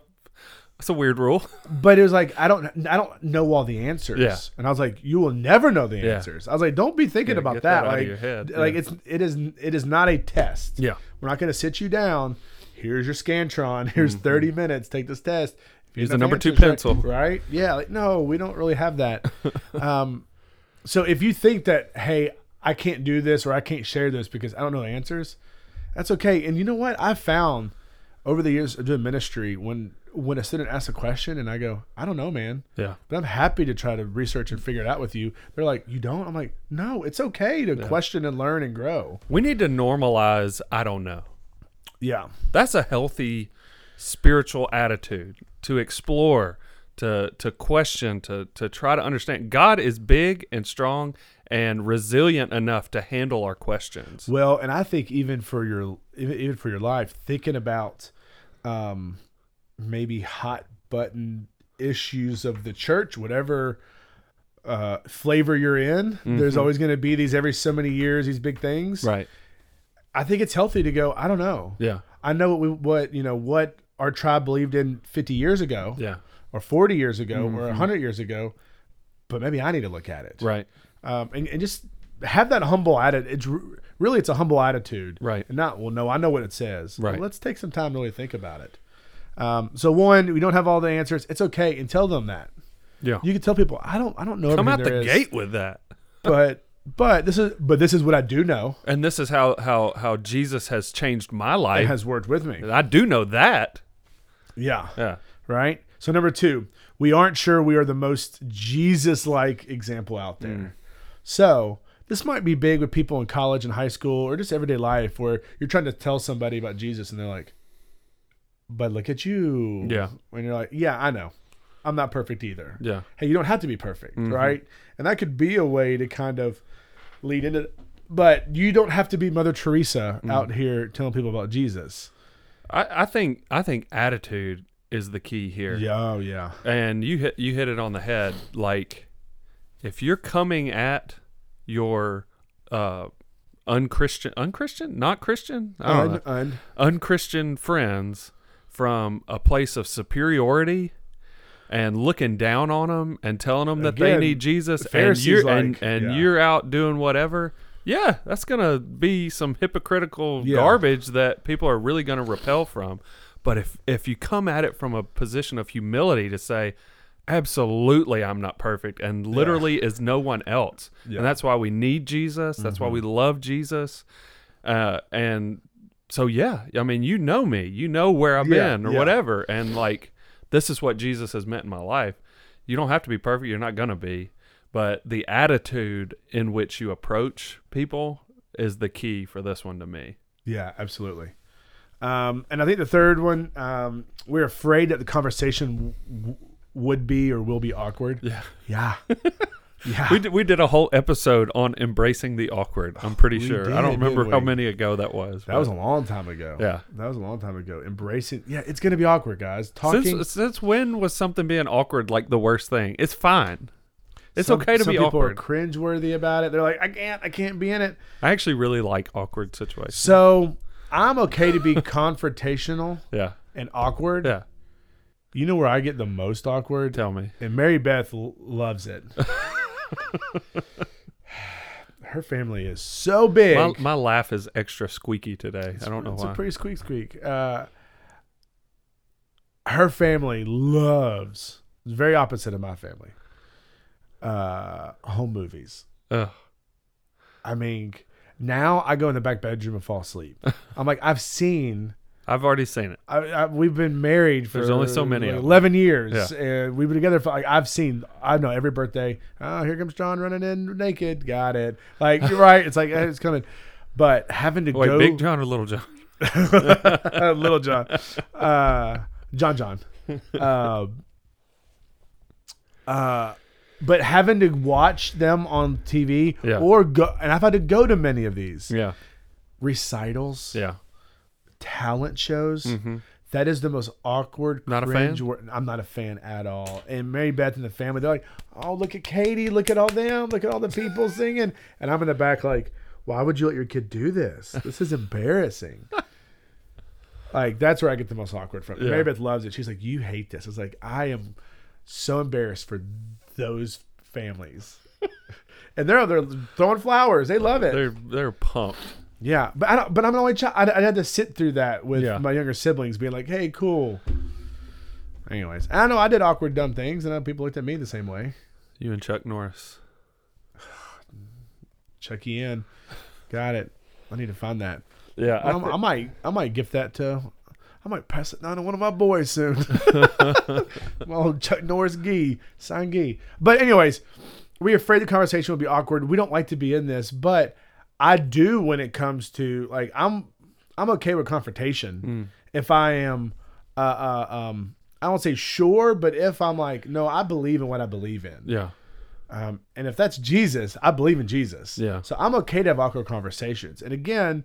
that's a weird rule.
But it was like I don't I don't know all the answers.
Yeah.
And I was like, you will never know the
Yeah.
answers. I was like, don't be thinking
Yeah,
about
get that
that.
out of
Like,
your head.
like
Yeah.
it's it is it is not a test.
Yeah.
We're not gonna sit you down. Here's your Scantron. Here's 30 minutes. Take this test. If you
Here's
have
Mm-hmm. the number two
answers right-
pencil.
Right? Yeah. Like, no, we don't really have that. um, so if you think that, hey, I can't do this or I can't share this because I don't know the answers, that's okay. And you know what? I found over the years of doing ministry when when a student asks a question and I go, I don't know, man.
Yeah.
But I'm happy to try to research and figure it out with you. They're like, you don't? I'm like, no, it's okay to question and learn and grow.
We need to normalize I don't know.
Yeah.
That's a healthy spiritual attitude to explore, to to question, to to try to understand. God is big and strong and resilient enough to handle our questions.
Well, and I think even for your even even for your life, thinking about um, maybe hot button issues of the church, whatever uh, flavor you're in, there's always going to be these every so many years these big things.
Right.
I think it's healthy to go. I don't know.
Yeah.
I know what we what you know what our tribe believed in 50 years ago,
Yeah. Mm-hmm,
or 40 years ago, or 100 years ago, but maybe I need to look at it.
Right.
um, and, and just have that humble attitude. It's re- really it's a humble attitude,
Right.
And not well, no, I know what it says.
Right.
Well, let's take some time to really think about it. Um, so one, we don't have all the answers. It's okay, and tell them that.
Yeah.
You can tell people I don't, I don't know.
Come out
everything
the
there is,
gate with that.
but but this is but this is what I do know.
And this is how how how Jesus has changed my
It
life.
has worked with me.
I do know that.
Yeah.
Yeah.
Right. So number two, we aren't sure we are the most Jesus-like example out there.
Mm.
So this might be big with people in college and high school or just everyday life where you're trying to tell somebody about Jesus and they're like, "But look at you."
Yeah.
And you're like, "Yeah, I know. I'm not perfect either."
Yeah. Mm-hmm.
Hey, you don't have to be perfect, right? And that could be a way to kind of lead into. But you don't have to be Mother Teresa
Mm.
out here telling people about Jesus.
I, I think I think attitude is the key here.
Yeah, oh, yeah,
And you hit you hit it on the head. Like if you're coming at your uh unchristian unchristian not christian I don't
Un-
know.
un-
unchristian friends from a place of superiority and looking down on them and telling them that
Again,
they need Jesus and
Pharisees
you're
like,
and, and
yeah.
you're out doing whatever yeah that's gonna be some hypocritical
Yeah.
garbage that people are really gonna repel from but if if you come at it from a position of humility to say absolutely I'm not perfect and literally is no one else
Yeah. Mm-hmm.
and that's why we need Jesus that's why we love Jesus uh, and so yeah i mean you know me you know where i've
Yeah,
been or
yeah.
whatever and like this is what jesus has meant in my life you don't have to be perfect you're not gonna be but the attitude in which you approach people is the key for this one to me
Yeah, absolutely. Um, and I think the third one, um, we're afraid that the conversation w- would be or will be awkward. Yeah. Yeah. yeah.
we did, we did a whole episode on embracing the awkward i'm pretty
We
sure
did,
i don't remember
didn't
how
we?
many ago that was
that was a long time ago.
Yeah.
That was a long time ago. Embracing. Yeah, it's going to be awkward, guys. Talking.
since, since when was something being awkward like the worst thing it's fine it's
some-
okay to
some
be
people
awkward
are cringeworthy about it. They're like, I can't, I can't be in it.
i actually really like awkward situations
So I'm okay to be confrontational
yeah
and awkward.
yeah
You know where I get the most awkward?
tell me
And Mary Beth l- loves it. Her family is so big.
My, my laugh is extra squeaky today. I don't know
it's
why.
a pretty squeak squeak. Uh, her family loves it's very opposite of my family. Uh, home movies.
Ugh.
I mean, now I go in the back bedroom and fall asleep. I'm like, I've seen.
I've already seen it.
I, I, we've been married for
There's only so many
like,
of them.
eleven years,
Yeah.
and we've been together for like I've seen I know every birthday. Oh, here comes John running in naked. Got it. Like you're right. It's like eh, it's coming, but having to
Oh, Wait,
go
Big John or Little John?
little John, uh, John John, uh, uh, but having to watch them on TV
Yeah.
or go, and I've had to go to many of these
Yeah,
recitals,
yeah,
talent shows.
Mm-hmm.
That is the most awkward.
Not a
cringe
fan?
wor- I'm not a fan at all. And Mary Beth and the family, they're like, "Oh, look at Katie! Look at all them! Look at all the people singing!" And I'm in the back, like, "Why would you let your kid do this? This is embarrassing." like that's where I get the most awkward from.
Yeah.
Mary Beth loves it. She's like, "You hate this." It's like I am so embarrassed for those families. And they're they're throwing flowers. They love it.
They're they're pumped.
Yeah, but I don't, but I'm an only child. I, I had to sit through that with
Yeah.
my younger siblings, being like, "Hey, cool." Anyways, I know I did awkward, dumb things, and uh, people looked at me the same way.
You and Chuck Norris.
Check you in. E. Got it. I need to find that.
Yeah,
I, I might, I might gift that to, I might pass it down to one of my boys soon. my old Chuck Norris gee, sign gee. But anyways, we afraid the conversation will be awkward. We don't like to be in this, but I do when it comes to like I'm, I'm okay with confrontation if I am, uh, uh, um, I don't say sure, but if I'm like, no, I believe in what I believe in.
yeah,
Um, and if that's Jesus, I believe in Jesus.
Yeah.
So I'm okay to have awkward conversations. And again,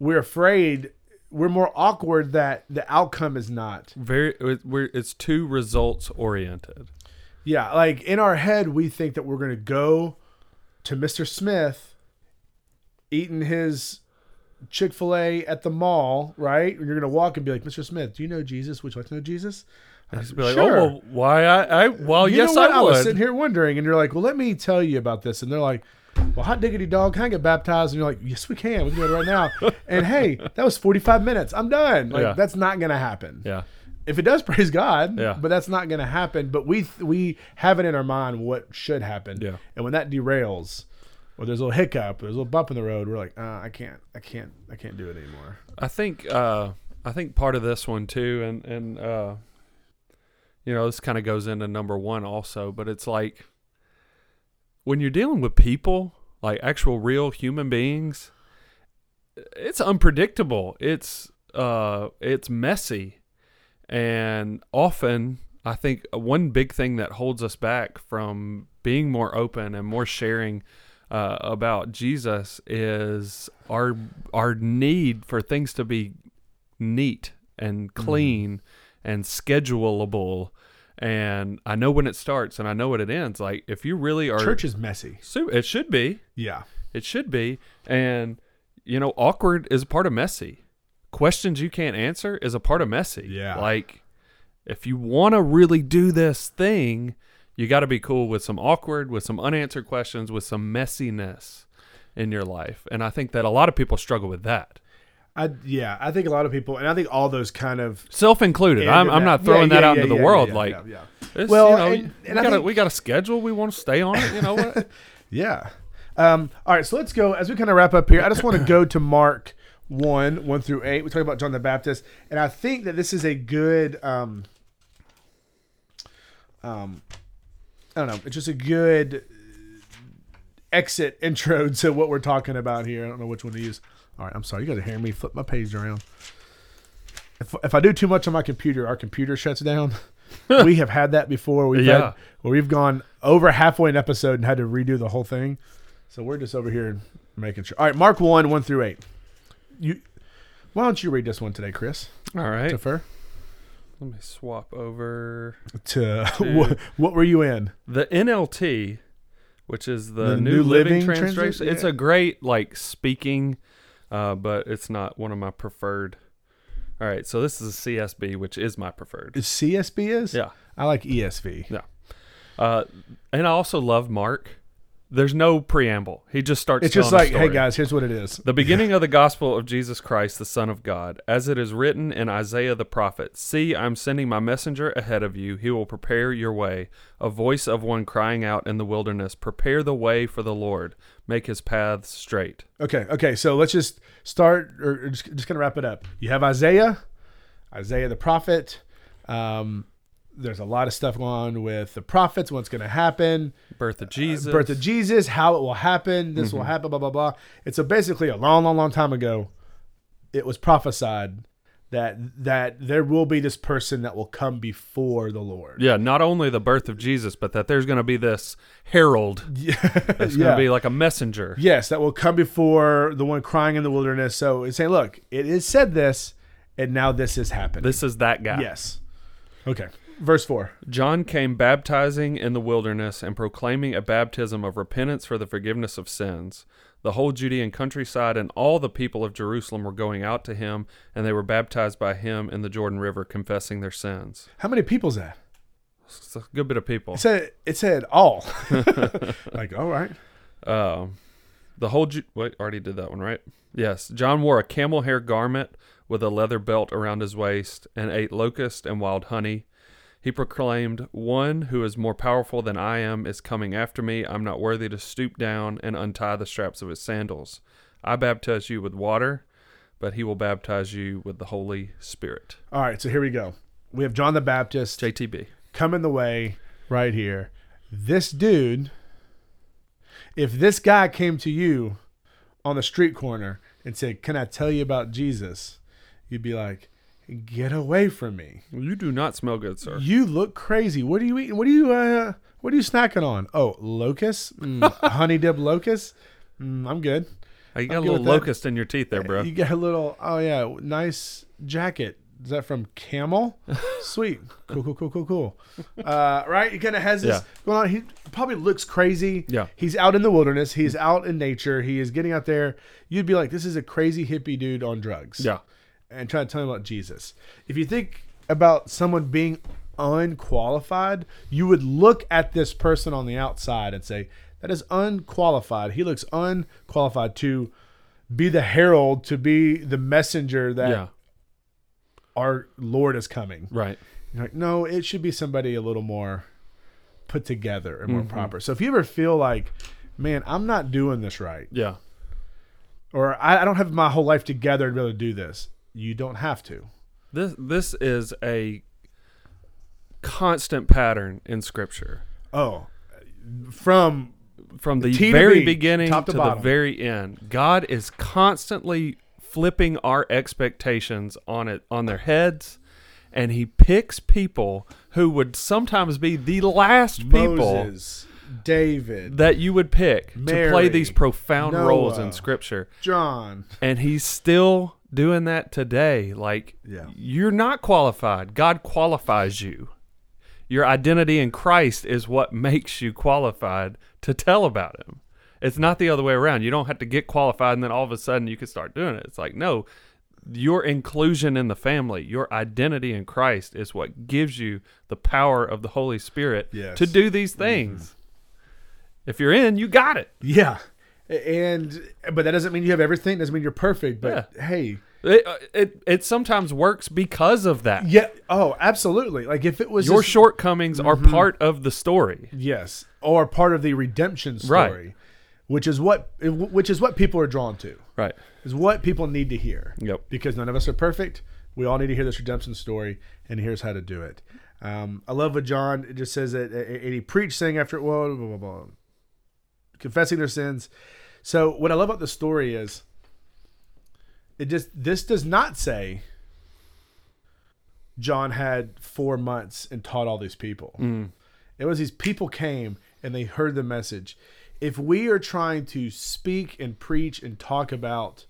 we're afraid we're more awkward that the outcome is not.
very. it- We're, it's too results oriented.
Yeah. Like in our head, we think that we're going to go to Mr. Smith eating his Chick fil A at the mall, right? And you're going to walk and be like, Mr. Smith, do you know Jesus? Would you like to know Jesus?
And just be like,
Sure.
oh, well, why I, I well,
you
yes,
know what?
I
was
would.
sitting here wondering, and you're like, "Well, let me tell you about this," and they're like, "Well, hot diggity dog, can I get baptized?" And you're like, "Yes, we can. We can do it right now." and hey, that was 45 minutes. I'm done. Like
Yeah.
that's not gonna happen.
yeah,
If it does, praise God.
Yeah.
But that's not gonna happen. But we we have it in our mind what should happen.
Yeah.
And when that derails, or there's a little hiccup, there's a little bump in the road, we're like, uh, "I can't, I can't, I can't do it anymore."
I think uh, I think part of this one too, and and uh, you know, this kind of goes into number one also, but it's like when you're dealing with people, like actual real human beings, it's unpredictable. It's uh, it's messy, and often I think one big thing that holds us back from being more open and more sharing uh, about Jesus is our our need for things to be neat and clean and schedulable. And I know when it starts and I know when it ends. Like if you really are,
Church is messy.
su- it should be.
Yeah.
It should be. And you know, awkward is a part of messy. Questions you can't answer is a part of messy.
Yeah.
Like if you want to really do this thing, you got to be cool with some awkward, with some unanswered questions, with some messiness in your life. And I think that a lot of people struggle with that.
I, yeah, I think a lot of people, and I think all those kind of
Self included.
Yeah,
I'm,
yeah,
I'm not
yeah,
throwing
yeah,
that out
yeah,
into the
yeah,
world.
yeah,
like,
yeah, yeah.
it's,
Well,
you know,
and- and
we,
I
got a,
think-
we got a schedule. We want to stay on it. You know what?
Yeah. Um, all right, so let's go. As we kind of wrap up here, I just want to go to Mark 1, 1 through 8. We talked about John the Baptist, and I think that this is a good, um, um, I don't know, it's just a good exit intro to what we're talking about here. I don't know which one to use. All right, I'm sorry. You guys are hearing me flip my page around. If, if I do too much on my computer, our computer shuts down. we have had that before. We've
Yeah.
had, where we've gone over halfway an episode and had to redo the whole thing. So we're just over here making sure. All right, Mark one, one through eight. You, why don't you read this one today, Chris?
All right.
To fur
Let me swap over.
to what, what were you in?
the NLT, which is the,
The
New,
New
Living,
Living
Translation,
Translation?
it's
Yeah.
a great like speaking, uh, but it's not one of my preferred. All right, so this is a CSB, which is my preferred.
Is CSB is?
Yeah,
I like E ESV.
uh, and I also love Mark. There's no preamble; he just starts.
It's just
telling
like,
a
hey
story.
guys, here's what it is.
The beginning of the gospel of Jesus Christ, the Son of God, as it is written in Isaiah the prophet See, I'm sending my messenger ahead of you. He will prepare your way. A voice of one crying out in the wilderness Prepare the way for the Lord, make his paths straight.
Okay, okay. So let's just start, or or just, just gonna wrap it up. You have Isaiah, Isaiah the prophet. Um, there's a lot of stuff going on with the prophets. What's gonna happen?
Birth of Jesus.
Uh, Birth of Jesus. How it will happen? This
Mm-hmm.
will happen. Blah blah blah. And so basically, a long, long, long time ago, it was prophesied that that there will be this person that will come before the Lord.
yeah, not only the birth of Jesus, but that there's going to be this herald.
Yeah,
It's going to be like a messenger.
Yes, that will come before the one crying in the wilderness. So it's saying, look, it is said this, and now this is happening.
This is that guy.
yes. Okay. Verse four.
John came baptizing in the wilderness and proclaiming a baptism of repentance for the forgiveness of sins. The whole Judean countryside and all the people of Jerusalem were going out to him, and they were baptized by him in the Jordan River, confessing their sins.
How many people's that?
It's a good bit of people.
It said it said all. like all right.
Um, the whole Ju- wait, already did that one, right? Yes. John wore a camel hair garment with a leather belt around his waist and ate locust and wild honey. He proclaimed, "One who is more powerful than I am is coming after me. I'm not worthy to stoop down and untie the straps of his sandals. I baptize you with water, but he will baptize you with the Holy Spirit."
All right. So here we go. We have John the Baptist
JTB.
coming the way right here. This dude. If this guy came to you on the street corner and said, "Can I tell you about Jesus?" You'd be like, "Get away from me."
You do not smell good, sir.
You look crazy. What are you eating? What are you uh what are you snacking on? Oh, locusts? Mm, honey dip locusts? Mm, I'm good.
You got
I'm
a
good
little
with that.
locust in your teeth there, bro.
You got a little oh yeah, nice jacket. Is that from Camel? Sweet. Cool, cool, cool, cool, cool. Uh, right? He kind of has this
Yeah.
going on. He probably looks crazy.
Yeah.
He's out in the wilderness. He's out in nature. He is getting out there. You'd be like, this is a crazy hippie dude on drugs
Yeah.
and trying to tell him about Jesus. If you think about someone being unqualified, you would look at this person on the outside and say, that is unqualified. He looks unqualified to be the herald, to be the messenger that
Yeah.
our Lord is coming.
Right.
You're like, no, it should be somebody a little more put together and more
Mm-hmm.
proper. So if you ever feel like, man, I'm not doing this right,
Yeah.
or I, I don't have my whole life together to be able to do this, you don't have to.
This this is a constant pattern in Scripture
Oh, from
from the
T to
very
B,
beginning
top to
to, the
bottom.
very end. God is constantly flipping our expectations on it on their heads, and He picks people who would sometimes be the last people
Moses, David,
that you would pick to play
Mary,
these profound roles
Noah.
in Scripture.
John.
and he's still doing that today like
Yeah.
you're not qualified god qualifies you your identity in christ is what makes you qualified to tell about him it's not the other way around you don't have to get qualified and then all of a sudden you can start doing it it's like no your inclusion in the family your identity in christ is what gives you the power of the holy spirit
Yes. Mm-hmm.
to do these things if you're in you got it
Yeah. And but that doesn't mean you have everything. Doesn't mean you're perfect. But hey,
it, uh, it, it sometimes works because of that
yeah. Oh, absolutely. Like if it was
your
just-
shortcomings are part of the story.
yes, or part of the redemption
Right.
story, which is what which is what people are drawn to.
Right.
is what people need to hear.
Yep.
Because none of us are perfect. We all need to hear this redemption story, and here's how to do it. Um, I love what John it just says that, and he preached saying after well, blah, blah, blah, confessing their sins. So what I love about the story is, it just this does not say John had four months and taught all these people. It was these people came and they heard the message. If we are trying to speak and preach and talk about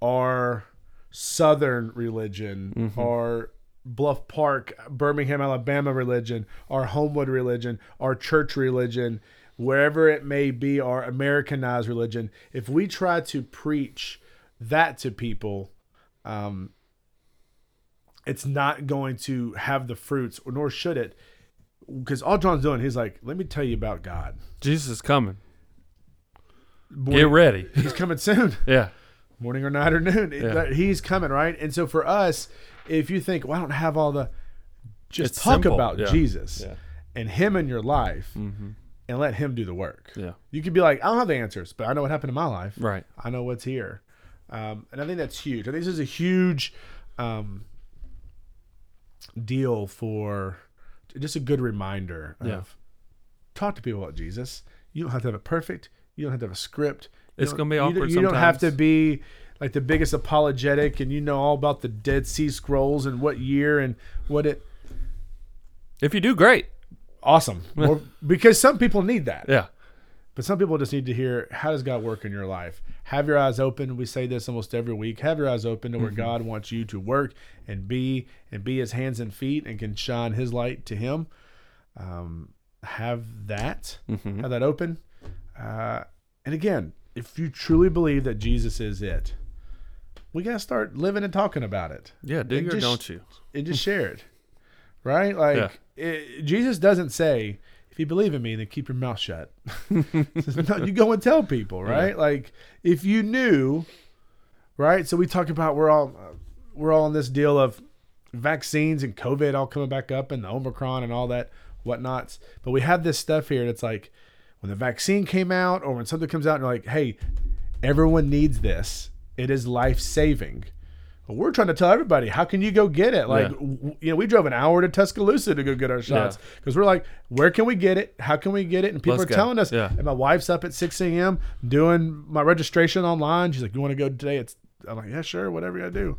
our Southern religion, our Bluff Park, Birmingham, Alabama religion, our Homewood religion, our church religion, wherever it may be, our Americanized religion, if we try to preach that to people, um, it's not going to have the fruits, or nor should it, because all John's doing, he's like, "Let me tell you about God.
Jesus is coming.
Morning-
Get ready.
He's coming soon."
Yeah.
morning or night or noon. It-
Yeah.
that- He's coming, right? And so for us, if you think, well, I don't have all the, just
It's
talk
simple,
about
yeah.
Jesus
Yeah. Mm-hmm.
and Him in your life, and let Him do the work.
Yeah.
You could be like, I don't have the answers, but I know what happened in my life.
Right.
I know what's here, um, and I think that's huge. I think this is a huge um, deal for just a good reminder of
Yeah.
talk to people about Jesus. You don't have to have it perfect. You don't have to have a script. You
It's
don't-
gonna be
you don't-
awkward
You, don't have to
sometimes.
be like the biggest apologetic, and you know all about the Dead Sea Scrolls and what year and what it.
If you do, great.
Awesome, More- because some people need that
Yeah.
But some people just need to hear how does God work in your life? Have your eyes open. We say this almost every week. Have your eyes open to where God wants you to work and be and be his hands and feet and can shine his light to him. Um, have that.
Mhm.
Have that open. Uh, and again, if you truly believe that Jesus is it, we gotta start living and talking about it
Yeah, do
And
you or
just-
don't you?
and just share it, right? Like it, Jesus doesn't say, "If you believe in me, then keep your mouth shut." no, you go and tell people, right? Like if you knew, right? So we talk about we're all uh, we're all in this deal of vaccines and COVID all coming back up and the Omicron and all that whatnots, but we have this stuff here that's like when the vaccine came out or when something comes out and you're like, "Hey, everyone needs this. It is life saving." But we're trying to tell everybody, how can you go get it? Like,
Yeah.
w- you know, we drove an hour to Tuscaloosa to go get our shots because we're like, where can we get it? How can we get it? And people
Let's
are
go.
telling us.
Yeah.
And my wife's up at 6 a.m. doing my registration online. She's like, you want to go today? It's I'm like, yeah, sure, whatever you gotta do.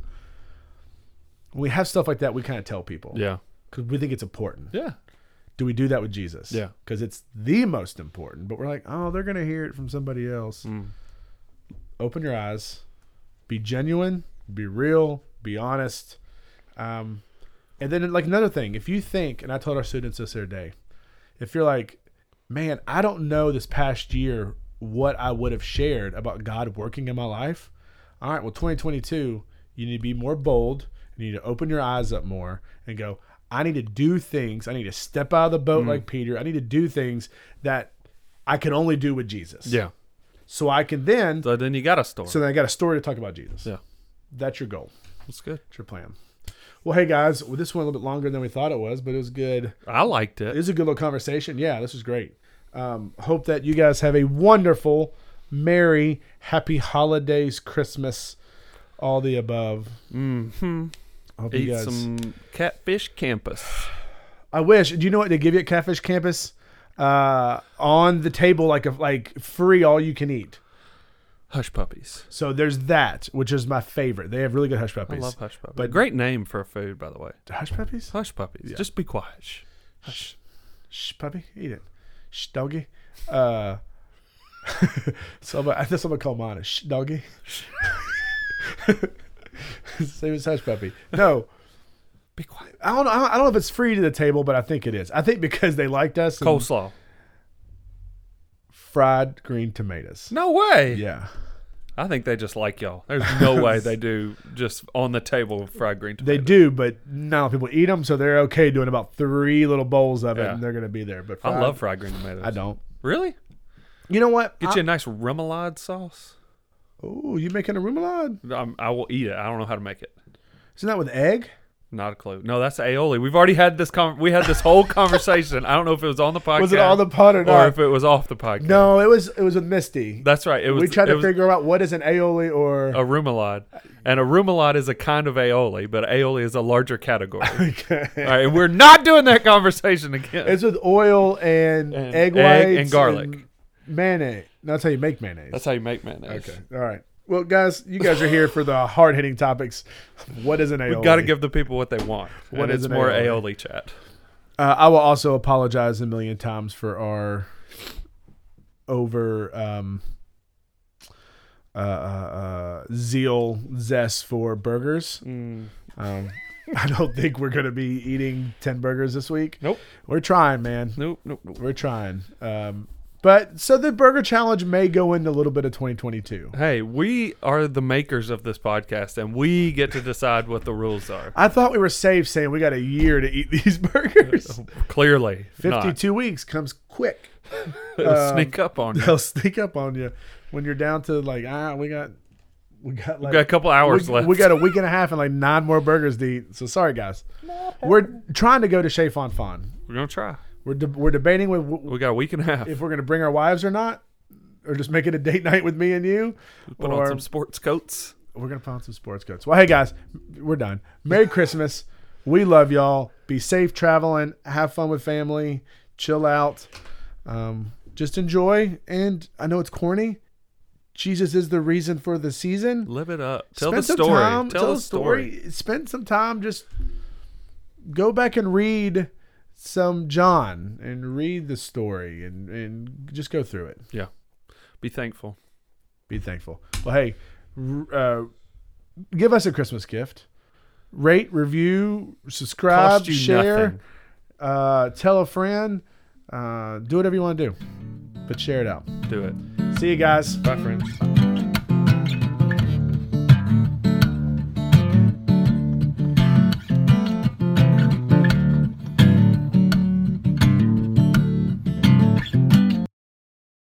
When we have stuff like that, we kind of tell people
Yeah.
because we think it's important.
Yeah.
Do we do that with Jesus?
Yeah.
Because it's the most important. But we're like, oh, they're going to hear it from somebody else.
Mm.
Open your eyes, be genuine, be real, be honest. Um, and then, like, another thing, if you think, and I told our students this the other day, if you're like, man, I don't know this past year what I would have shared about God working in my life. All right, well, 2022, you need to be more bold and you need to open your eyes up more and go, I need to do things. I need to step out of the
Mm.
boat like Peter. I need to do things that I can only do with Jesus.
Yeah.
So I can then,
So then you got a story.
so then I got a story to talk about Jesus.
Yeah.
That's your goal.
That's good.
That's your plan. Well, hey guys, well, this went a little bit longer than we thought it was, but it was good.
I liked
It
it.
was a good little conversation. Yeah, this was great. Um, hope that you guys have a wonderful, merry, happy holidays, Christmas, all the above.
Mm-hmm.
Hope
Eat
you guys.
some catfish campus.
I wish. Do you know what they give you at Catfish Campus? Uh, on the table, like a like free, all you can eat.
Hush puppies.
So there's that, which is my favorite. They have really good hush
I
puppies.
love hush
But-
puppies. But great name for a food, by the way.
hush puppies.
Hush puppies.
Yeah.
Just be quiet. Shh.
Shh, shh, puppy, eat it. Shh, doggy. Uh, so I'm, I guess I'm gonna call mine a shh, doggy. Same as hush puppy. No,
Be quiet.
I don't. know- I don't- I don't know if it's free to the table, but I think it is. I think because they liked us. and
Coleslaw.
fried green tomatoes.
No way.
Yeah,
I think they just like y'all. There's no way they do just on the table fried green
they
tomatoes.
do, but not a lot of people eat them, so they're okay doing about three little bowls of it,
Yeah.
and they're gonna be there. But
I
fried-
love fried green tomatoes.
I don't.
Really?
You know what?
Get
I-
you a nice remoulade sauce.
Oh, you making a remoulade?
I'm, I will eat it. I don't know how to make it.
Isn't that with egg?
Not a clue. No, that's aioli. We've already had this. Con- we had this whole conversation. I don't know if it was on the podcast.
Was it all the pot or
or
not?
if it was off the podcast?
No, it was it was with Misty.
That's right. It was.
we tried
it
to
was
figure out what is an aioli or
a remoulade, and a remoulade is a kind of aioli, but aioli is a larger category. all
okay.
right, and we're not doing that conversation again.
It's with oil and,
And
egg
egg
whites
and garlic.
mayonnaise. That's how you make mayonnaise.
that's how you make mayonnaise.
okay. All right. Well, guys, you guys are here for the hard hitting topics. What is an aioli?
We got to give the people what they want.
What
and
is
it's
an
more
aioli?
aioli chat.
Uh, I will also apologize a million times for our over um, uh, uh, uh, zeal zest for burgers. Um, I don't think we're gonna be eating ten burgers this week.
Nope.
We're trying, man.
Nope. Nope. Nope.
We're trying. Um, but so the burger challenge may go into a little bit of 2022.
Hey, we are the makers of this podcast, and we get to decide what the rules are.
I thought we were safe saying we got a year to eat these burgers.
Clearly, not.
52 weeks comes quick.
It'll
um,
sneak up on you.
They'll sneak up on you when you're down to like ah we got we got like
We've got a couple hours
we,
left.
we got a week and a half and like nine more burgers to eat. So sorry guys. We're trying to go to Chez Fon Fon.
We're gonna try.
We're de- we're debating with
We got a week and a half.
if we're gonna bring our wives or not, or just make it a date night with me and you,
Put
or
on some sports coats.
we're gonna put on some sports coats. Well, hey guys, we're done. Merry Christmas. We love y'all. Be safe traveling. Have fun with family. Chill out. Um, just enjoy. And I know it's corny. Jesus is the reason for the season.
Live it up. Tell the
Spend some
story.
time-
tell, the story.
Spend some time. Just go back and read some John and read the story and, and just go through it.
Be thankful.
Be thankful. Well, hey, r- uh, give us a Christmas gift. Rate, review, subscribe,
Cost you
share,
nothing.
uh, tell a friend. Uh, do whatever you want to do, but share it out.
Do it.
See you guys.
Bye, friends.